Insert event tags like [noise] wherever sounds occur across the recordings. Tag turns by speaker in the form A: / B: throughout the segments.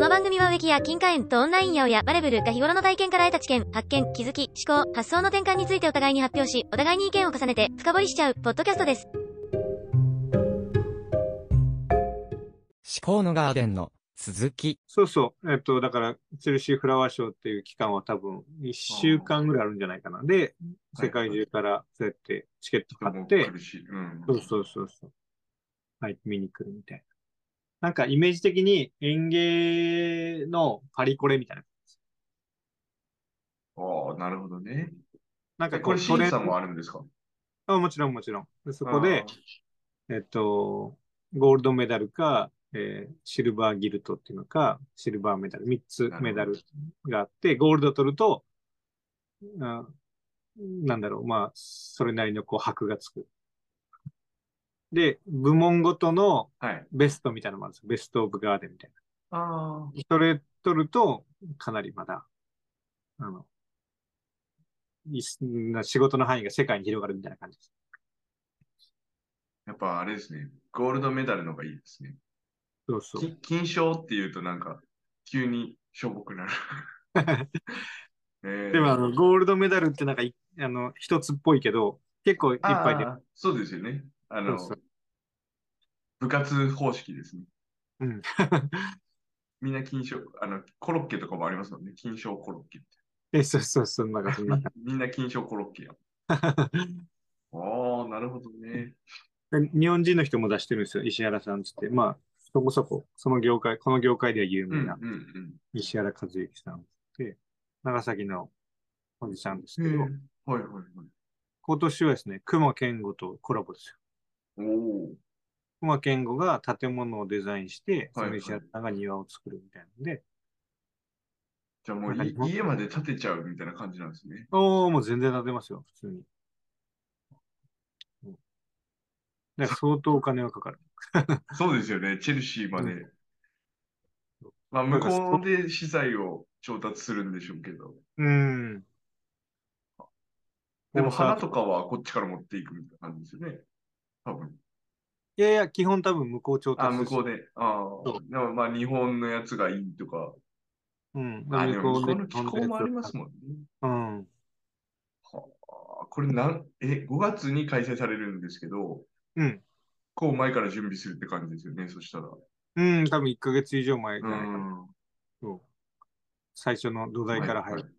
A: の番組は植木や金貨園とオンラインや親、バレブルが日頃の体験から得た知見、発見、気づき、思考、発想の転換についてお互いに発表し、お互いに意見を重ねて深掘りしちゃう、ポッドキャストです。
B: 思考のガーデンの続き。
C: そうそう。えっと、だから、チェルシーフラワーショーっていう期間は多分1週間ぐらいあるんじゃないかな。で、
D: はい
C: 世界中からそうやってチケット買っ
D: も
C: て
D: う、苦しい。うん。
C: そうそうそうそう。はい、見に来るみたいな。なんかイメージ的に園芸のパリコレみたいな。
D: ああ、なるほどね。
C: なんか
D: こ
C: う
D: れ、審
C: トレン
D: 査もあるんですか
C: あ、もちろんもちろん。でそこで、、えっと、ゴールドメダルか、えーシルバーギルトっていうのか、シルバーメダル、3つメダルがあって、ゴールド取ると、あなんだろう、まあ、それなりのこう、箔がつく。で、部門ごとの
D: あーはい。
C: ベストみたいなのもあるんですよ。ベストオブガーデンみたい
D: あ
C: な。それ取ると、かなりまだ、あの、いす仕事の範囲が世界に広がるみたいな感じです。
D: やっぱあれですね。ゴールドメダルの方がいいですね。
C: そうそう。
D: き金賞っていうとなんか、急にしょぼくなる。
C: [laughs]
D: えー
C: でもあの、ゴールドメダルってなんかい、あの、一つっぽいけど、結構いっ
D: あー
C: ぱい出る。
D: そうですよね。あの
C: そうそ、
D: 部活方式ですね。
C: うん。 [laughs]
D: みんな金賞、あの、コロッケとかもありますもんね。金賞コロッケって。
C: え、そうそうそう、なんかそんな
D: み。みんな金賞コロッ
C: [laughs]
D: ケや。ああ、なるほどね。
C: で日本人の人も出してるんですよ、石原さんつって。まあ、そこそこ、その業界、この業界では有
D: うん、う
C: 名
D: ん、う。
C: なん石原和之さんで、長崎のおじさんです
D: へ
C: け
D: え
C: ど、
D: はいはいはい。
C: 今年はですね、熊健吾とコラボですよ。
D: おお。
C: 熊健吾が建物をデザインして、そ
D: は
C: の
D: いはい
C: 石原さんが庭を作るみたいなんで、
D: じゃあもうい
C: はい
D: 家まで建てちゃうみたいな感じなんです [laughs] ね。
C: おお、もう全然建てますよ、普通に。うんだから相当お金はかかる。
D: そうですよね、チェルシーまで。まあ、
C: な
D: 向
C: んか
D: こうで資材を調達するんでしょうけど。
C: うん。
D: でも
C: コンサー
D: 花
C: ト
D: とかはこっちから持っていくみたいな感じですよね。多分。
C: いやいや、基本多分向こう調
D: あ、
C: 達
D: 向
C: して
D: こうで。ああ。でもまあ、日本のやつがいいとか。
C: うん。
D: あ、で
C: 向
D: も
C: こう
D: 向こ
C: で
D: うの気候もありますもんね。
C: うん。
D: はあ、これなん、え、5月に開催されるんですけど、
C: うん。
D: こう前から準備するって感じですよね、そしたら。
C: うん、多分1ヶ月以上前じゃないかな
D: うん。
C: そう最初の土台から入る。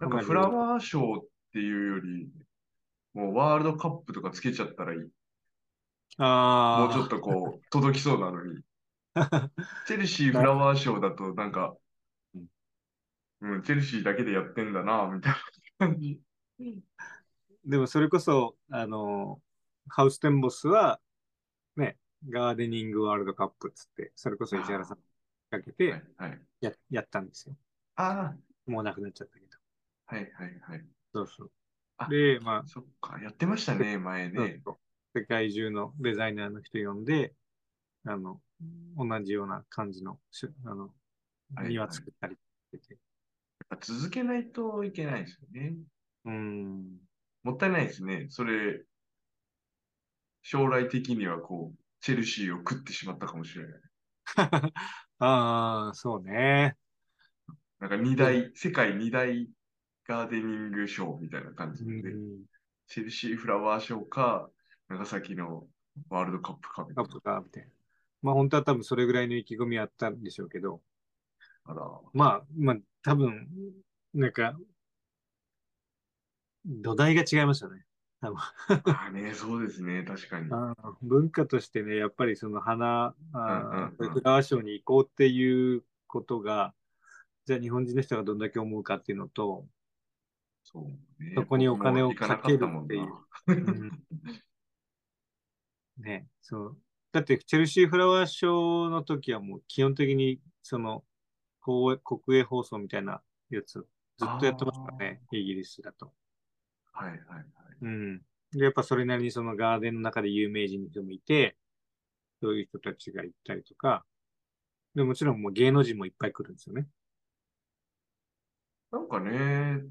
D: なんかフラワーショーっていうより、もうワールドカップとかつけちゃったらいい。
C: ああ。
D: もうちょっ
C: [laughs]
D: とこう、届きそうなのに。チェルシーフラワーショーだとなんか、うん、チェルシーだけでやってんだな、みたいな感じ。
C: でもそれこそ、あの、ハウステンボスは、ね、ガーデニングワールドカップっつって、それこそ石原さんかけ
D: は
C: て
D: い、はい。
C: ややったんですよ。
D: あ
C: もうなくなっちゃったけど。
D: あ、はいはいはい。
C: そうそう
D: あ。
C: で、まあ、
D: そっか、やってましたね、前
C: そう
D: ね。
C: そう世界中のデザイナーの人呼んで、あの、同じような感じのし、あの、
D: はいはい
C: 庭作ったりしてて。
D: やっぱ続けないといけないですよね。
C: うん。
D: もったいないですね。それ、将来的にはこう、チェルシーを食ってしまったかもしれない。
C: ああ、そうね。
D: なんか二大、世界二大ガーデニングショーみたいな感じ
C: う
D: で、
C: ん。
D: チェルシーフラワーショーか、長崎のワールドカップかみ
C: カ
D: たい
C: ッ
D: な
C: プ。か、みたいな。まあ本当は多分それぐらいの意気込みあったんでしょうけど、
D: あら、
C: まあ、まあ多分、なんか、土台が違いましたね。
D: あーね、そうですね、確かに。
C: あー文化としてね、やっぱりその花、あ
D: うんうんうん
C: ーフラワーショーに行こうっていうことが、じゃあ日本人の人がどんだけ思うかっていうの
D: [laughs]
C: と、
D: そうね。
C: そこにお金を
D: 僕も行なったもんな
C: かけるっていうね、そう。だって、チェルシーフラワーショーの時はもう基本的に、その、公営国営放送みたいなやつ、ずっとやってましたね、イギリスだと。
D: はいはいはい。
C: うん。で、やっぱそれなりにそのガーデンの中で有名人の人もいて、そういう人たちが行ったりとか、で、もちろんもう芸能人もいっぱい来るんですよね。
D: なんかね、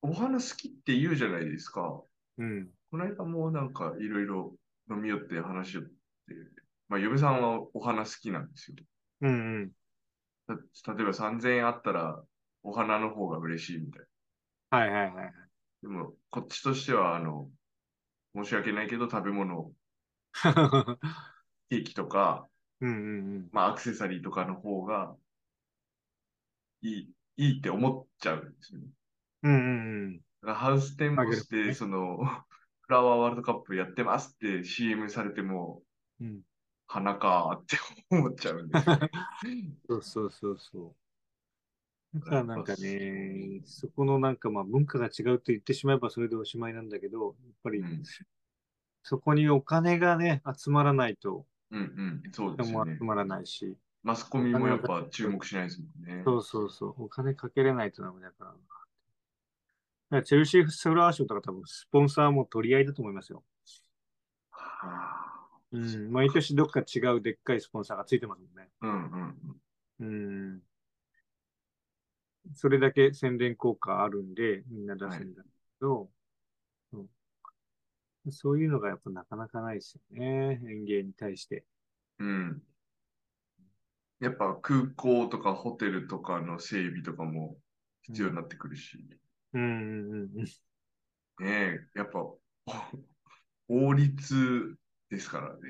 D: お花好きって言うじゃないですか。
C: うん。
D: この間もなんかいろいろ飲み寄って話しよって、まあ、嫁さんはお花好きなんですよ。
C: うんうん。
D: た例えば3000円あったら、お花の方が嬉しいみたい
C: はいはいはい。 [laughs]
D: な。でも、こっちとしては、あの、申し訳ないけど、食べ物、ケーキとか、
C: うんうんうん。
D: まあ、アクセサリーとかの方が、いい、いいって思っちゃうんですよね。
C: うんうんうん。
D: だからハウステンボス
C: まあ
D: で、
C: ね
D: その、フラワーワールドカップやってますって CM されても、
C: うん
D: 花かーって思っちゃうんです
C: [laughs]
D: よね。
C: そうそうそうそう。だ
D: か
C: からら
D: な
C: なんん
D: か
C: か
D: ね
C: ね、そこのなんかまあ文化が違うと言ってしまえばそれでおしまいなんだけど、やっぱり
D: うん
C: そこにお金がね、集まらないと、
D: うんうん、そうで
C: 人
D: すよ
C: も
D: ね
C: 集。まらないし、
D: マスコミもやっぱ注目しないですもんね。
C: そうそうそう、お金かけれないとダメだからな。だからチェルシー・フラワー賞とか多分スポンサーも取り合いだと思いますよ。
D: は
C: うん、毎年どっか違うでっかいスポンサーがついてますもんね。
D: あうんうんうん。
C: うん。それだけ宣伝効果あるんで、みんな出すんだけど、うん、そういうのがやっぱなかなかないですよね。園芸に対して。
D: うん。やっぱ空港とかホテルとかの整備とかも必要になってくるし、
C: うんうんうんうん。
D: ねえ、やっぱ法律ですからね、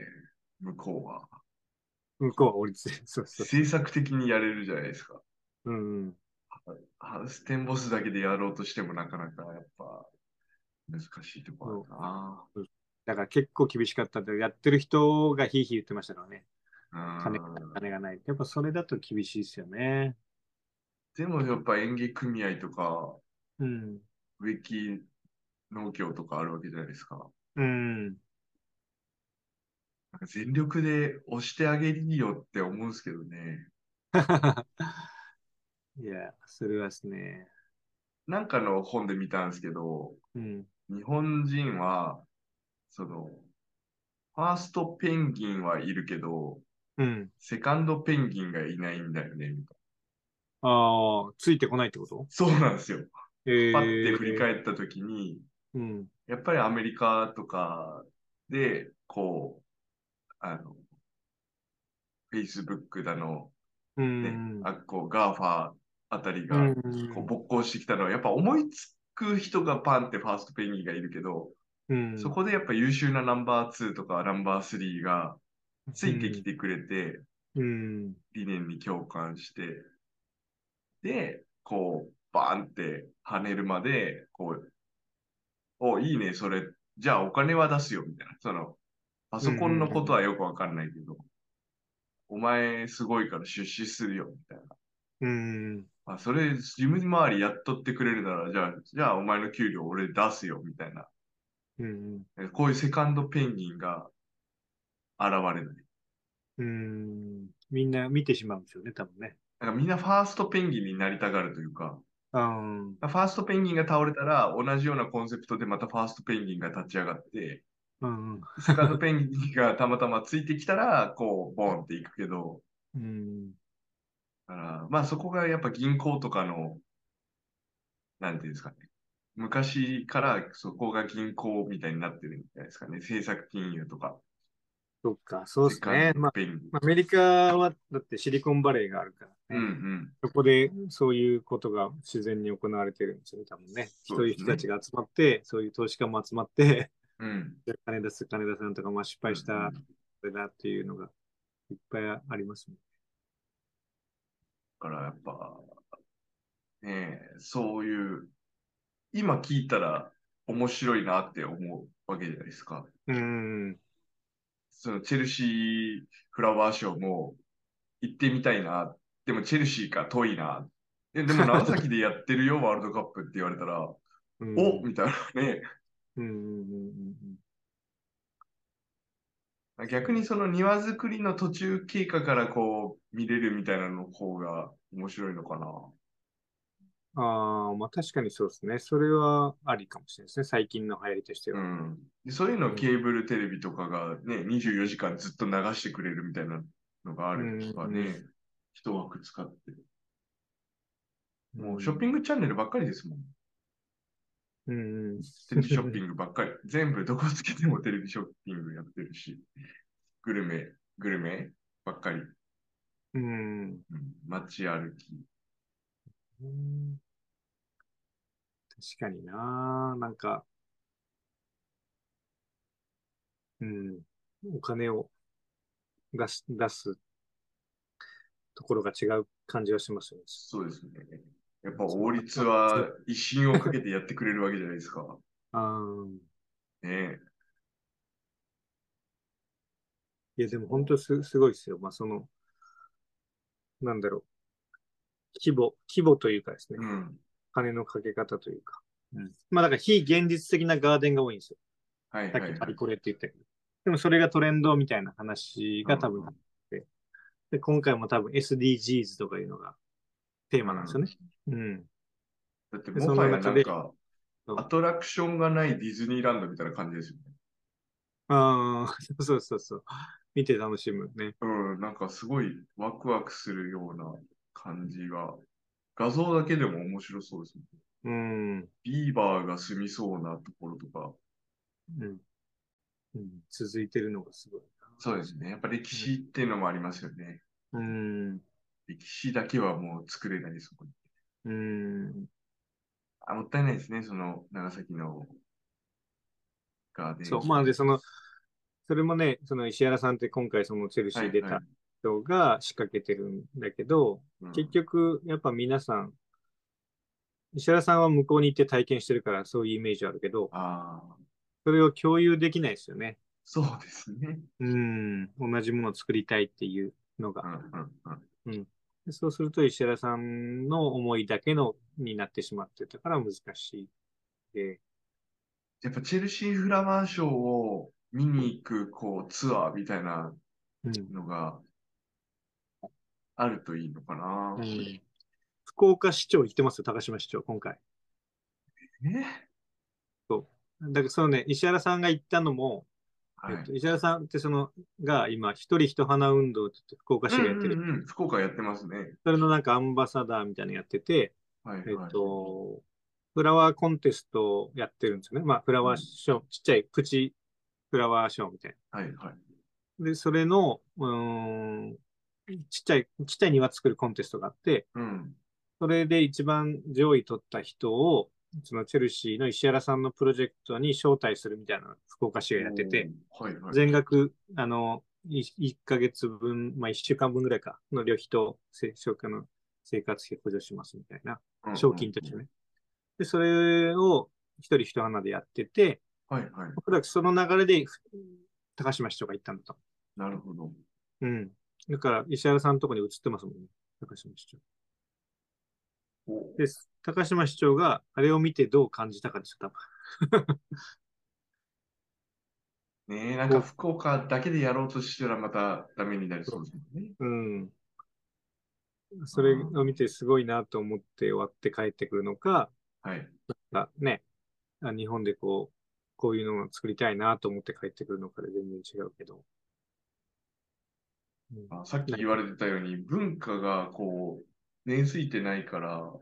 D: 向こうは。
C: 向こうは折りつけ、そうそう。
D: 政策的にやれるじゃないですか。
C: うんうん。
D: ハウステンボスだけでやろうとしてもなかなかやっぱ難しいところだな。
C: だから結構厳しかったんで、やってる人がヒーヒー言ってましたからね。金
D: うん
C: 金がない。やっぱそれだと厳しいですよね。
D: でもやっぱ園芸組合とか
C: うん。
D: 植木農協とかあるわけじゃないですか。
C: うん。
D: なんか全力で押してあげるよって思うんですけどね。
C: いや、それはですね。
D: なんかの本で見たんですけど、
C: うん。
D: 日本人は、その、ファーストペンギンはいるけど、
C: うん。
D: セカンドペンギンがいないんだよね、みたいな。
C: ああ、ついてこないってこと
D: そうなんですよ。
C: ええ
D: パッて振り返った時に、
C: うん。
D: やっぱりアメリカとかで、こう、あの、Facebook だの、
C: う
D: ね、
C: ん。
D: あこう、ガーファーあたりが、
C: うん
D: こう、勃興してきたのは、やっぱ思いつく人がパンってファーストペンギンがいるけど、
C: うん
D: そこでやっぱ優秀なナンバー2とかナンバー3がついてきてくれて、
C: うん。
D: 理念に共感して、で、こう、バーンって跳ねるまで、こう、お、いいね、それ、じゃあお金は出すよ、みたいな。その、パソコンのことはよくわかんないけど、お前すごいから出資するよ、みたいな。
C: うん。
D: あ、それ、事務周りやっとってくれるなら、じゃあ、じゃあお前の給料俺出すよ、みたいな。
C: うん。
D: こういうセカンドペンギンが現れない。
C: うん。みんな見てしまうんですよね、多分ね。
D: なんかみんなファーストペンギンになりたがるというか、
C: うん。
D: ファーストペンギンが倒れたら同じようなコンセプトでまたファーストペンギンが立ち上がって、
C: うん。
D: セカンドペンギンがたまたまついてきたら、こう、ボンっていくけど、
C: うん。
D: だからまあそこがやっぱ銀行とかの、なんていうんですかね。昔からそこが銀行みたいになってるんじゃないですかね。政策金融とか。
C: そっか、そうです
D: セ
C: ね。
D: カン
C: ま
D: ド
C: あ、
D: ペンギン。
C: アメリカは、だってシリコンバレーがあるから
D: うん
C: ね。
D: うん。
C: そこで、そういうことが自然に行われてるんですよね、多分ね。
D: そ
C: そううい
D: で
C: う
D: すね
C: 人たちが集まって、そういう投資家も集まって、
D: うん。
C: 金出す、金出さんとか、まあ失敗し
D: うんう
C: た
D: ん、
C: それだっていうのが、いっぱいありますもん。
D: からやっぱ、ねえ、そういう、今聞いたら面白いなって思うわけじゃないですか。
C: うん。
D: そのチェルシーフラワーショーも行ってみたいな。でもチェルシーか遠いな。えでも長崎でやってるよ、ワールドカップって言われたら、
C: うん
D: おみたいなね。
C: うんうんうん
D: 逆にその庭作りの途中経過からこう見れるみたいなの方が面白いのかな。
C: うん。ああ、まあ確かにそうですね。それはありかもしれないですね。最近の流行りとして
D: う
C: は。
D: ん、でそういうのをケーブルテレビとかがね、24時間ずっと流してくれるみたいなのがあるとか
C: うんう
D: ね、一枠使って。もうショッピングチャンネルばっかりですもん。
C: ング。うんうん。
D: テレビシ [laughs] ョッピングばっかり。全部どこつけてもテレビショッピングやってるし、グルメ、グルメばっかり。
C: うん。
D: うん街歩き。
C: うん確かにななんか、うん、お金を出す、出すところが違う感じはしますよね。
D: そうですね。やっぱ王立は威信をかけてやってくれるわけじゃないですか。
C: あー
D: ねえ。
C: いや、でも本当す、すごいですよ。まあ、その、なんだろう。規模、規模というかですね
D: う。ん。
C: 金のかけ方というか。まあ、だから非現実的なガーデンが多いんですよ。
D: はい
C: さ
D: は
C: っ
D: い、
C: きパ
D: はい
C: リ。コレって言ったけど。でもそれがトレンドみたいな話が多分あって。で、今回も多分 SDGs とかいうのがテーマなんですよね。うん。
D: だって
C: で
D: もはや
C: そ
D: な
C: の中
D: ん
C: で
D: か
C: そう、
D: アトラクションがないディズニーランドみたいな感じですよね。
C: ああ、 [laughs] そうそうそう。見て楽しむね。
D: うん、なんかすごいワクワクするような感じが、画像だけでも面白そうですね。
C: うん。
D: ビーバーが住みそうなところとか、
C: うん。うん、続いてるのがすごい
D: そうですね。やっぱ歴史っていうのもありますよね。
C: な。うん。
D: 歴史だけはもう作れないです、そこに。
C: うん。
D: あ、もったいないですね、その長崎のガーデン。
C: そう。まあ、で、その、それもね、その石原さんって今回そのチェルシ
D: はい
C: ー出
D: は
C: た
D: い
C: 人が仕掛けてるんだけど、
D: うん
C: 結局、やっぱ皆さん、石原さんは向こうに行って体験してるからそういうイメージあるけど、
D: ああ、
C: それを共有できないですよね。
D: そうですね。
C: うん、同じものを作りたいっていうの
D: うん
C: が。
D: うんうん。
C: でそうすると石原さんの思いだけのになってしまってたから難しい。で、
D: やっぱチェルシーフラワーショーを見に行くこうツアーみたいな
C: うん
D: のがあるといいのかな。
C: う
D: え
C: ん福岡市長行ってますよ、高島市長、今回。だからそのね、石原さんが行ったのも、
D: はい。
C: えっと、石原さんってその、が今、一人一花運動って言って福岡市がやってる。
D: うんうんうん福岡やってますね。
C: それのなんかアンバサダーみたいなのやってて、
D: はいはい。
C: えっと、フラワーコンテストをやってるんですよね。まあ、フラワーショー、ちっちゃいプチフラワーショーみたい
D: はいはい。
C: な。で、それの、うーん、ちっちゃい、ちっちゃい庭作るコンテストがあって、
D: うん。
C: それで一番上位取った人を、そのチェルシーの石原さんのプロジェクトに招待するみたいな福岡市がやってて、
D: おー。はいはい。
C: 全額、あの、い1ヶ月分、まあ1週間分ぐらいか、の旅費と、せ消化の生活費補助しますみたいな。
D: うん
C: 賞金としてね。。で、それを一人一花でやってて、
D: はいはい。
C: おそらくその流れでふ高島市長が行ったんだと。
D: なるほど。
C: うん。だから、石原さんのとこに移ってますもんね。高島市長。
D: お
C: で、高島市長があれを見てどう感じたかですよ、多分。
D: ねえ、なんか福岡だけでやろうとしたらまたダメになりそうですもんね。
C: うん。それを見てすごいなと思って終わって帰ってくるのか、
D: はい。
C: あね、あ日本でこう、こういうのを作りたいなと思って帰ってくるのかで全然違うけど。うん
D: あさっき言われてたように、文化がこう、根付いてないから、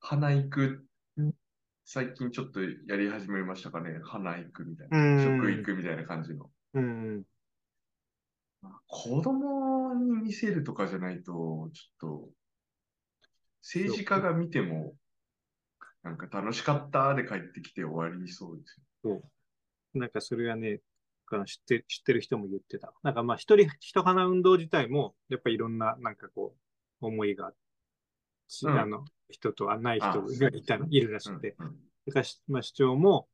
D: 花行く
C: うん、
D: 最近ちょっとやり始めましたかね。花行くみたいな。
C: うん
D: 食行くみたいな感じの。
C: うん。
D: 子供に見せるとかじゃないと、ちょっと、政治家が見ても、なんか楽しかったで帰ってきて終わりそうです
C: なんかそれはね、あの知って、知ってる人も言ってた。なんかまあ一人、一花運動自体も、やっぱいろんな、なんかこう、思いが、ち
D: うん
C: あの、人とはない人
D: あ
C: がいた、いるらし
D: よ
C: くて。。
D: うんうん
C: だからし、まあ市長も、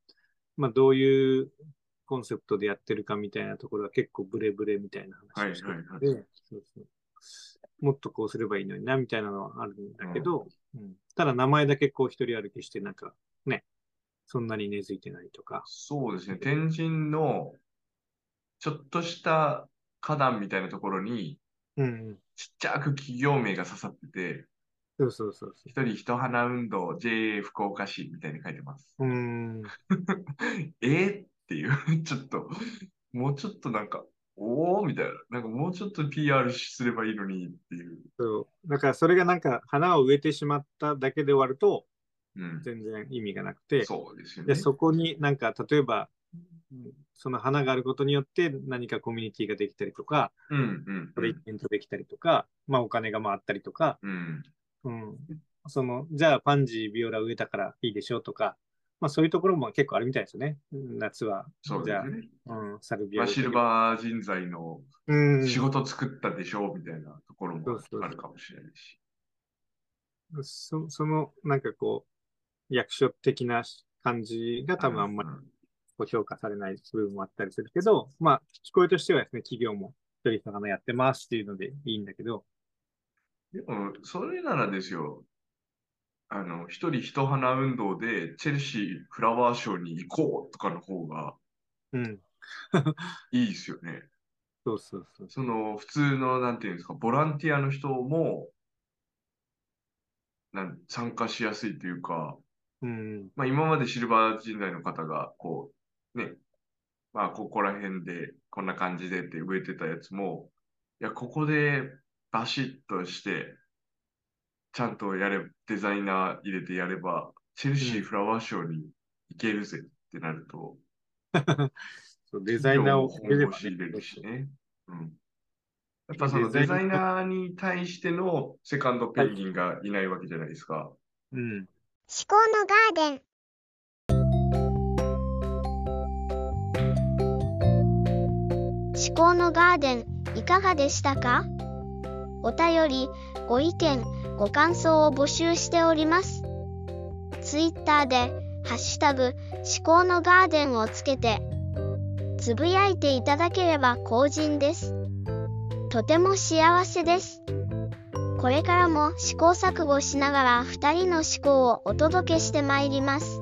C: まあどういうコンセプトでやってるかみたいなところは結構ブレブレみたいな話をして
D: はいはい
C: て、そうそうもっとこうすればいいのにな、みたいなのはあるんだけど、うんただ名前だけこう一人歩きして、なんかね、そんなに根付いてないとか。
D: そうですね。天神の、ちょっとした花壇みたいなところに、
C: うんうん、
D: ちっちゃく企業名が刺さってて、
C: そうそうそうそう。
D: 一人一花運動 JA 福岡市みたいに書いてます。
C: うーん。
D: [laughs] えーっていう、 [laughs] ちょっと、もうちょっとなんか、おーみたいな、なんかもうちょっと PR すればいいのにっていう。
C: そう。だからそれがなんか花を植えてしまっただけで終わると
D: うん、
C: 全然意味がなくて、
D: そうですよ
C: で
D: ね。
C: そこになんか例えば、うんその花があることによって何かコミュニティができたりとか、
D: うん、うん
C: それイベントできたりとか、まあお金が回ったりとか、
D: うん。
C: うん。その、じゃあパンジー、ビオラ植えたからいいでしょうとか、まあそういうところも結構あるみたいですよね。夏は。
D: そう
C: じ
D: で
C: ゃ
D: すね。
C: あ、うん、サルビア
D: まあ、
C: 植え
D: シ
C: たり
D: ルバー人材の
C: うん。
D: 仕事作ったでしょうみたいなところ
C: そ
D: も
C: うそうそう
D: あるかもしれないし。
C: そその、なんかこう、役所的な感じが多分あんまり
D: うん
C: こう評価されない部分もあったりするけど、まあ、聞こえとしてはですね、企業も一人魚やってますっていうのでいいんだけど、
D: でも、それならですよ。あの、一人一花運動で、チェルシーフラワーショーに行こうとかの方が
C: うん。
D: いいですよね。
C: そうそうそう。
D: その、普通の、なんていうんですか、ボランティアの人も、なん参加しやすいというか、
C: うん。
D: まあ、今までシルバー人材の方が、こう、ね、まあ、ここら辺で、こんな感じでって植えてたやつも、いや、ここでバシッとして、ちゃんとやれ、デザイナー入れてやれば、チェルシーフラワーショーに行けるぜってなると、
C: そうデザイナーを
D: 企
C: 入れれ
D: 業
C: ば
D: も本腰入れるしね。うん。やっぱそ
C: そう
D: の
C: デ
D: デ
C: ザ
D: ザ
C: イ
D: イ
C: ナ
D: ナーに対してのセカンドペンギンがいないわけじゃないですか。
C: うん。
E: 思考のガーデン思考のガーデンいかがでしたかお便りご意見ご感想を募集しておりますツイッターで「ハッシュタグ思考のガーデン」をつけてつぶやいていただければ幸甚ですとても幸せですこれからも試行錯誤しながら2人の思考をお届けしてまいります。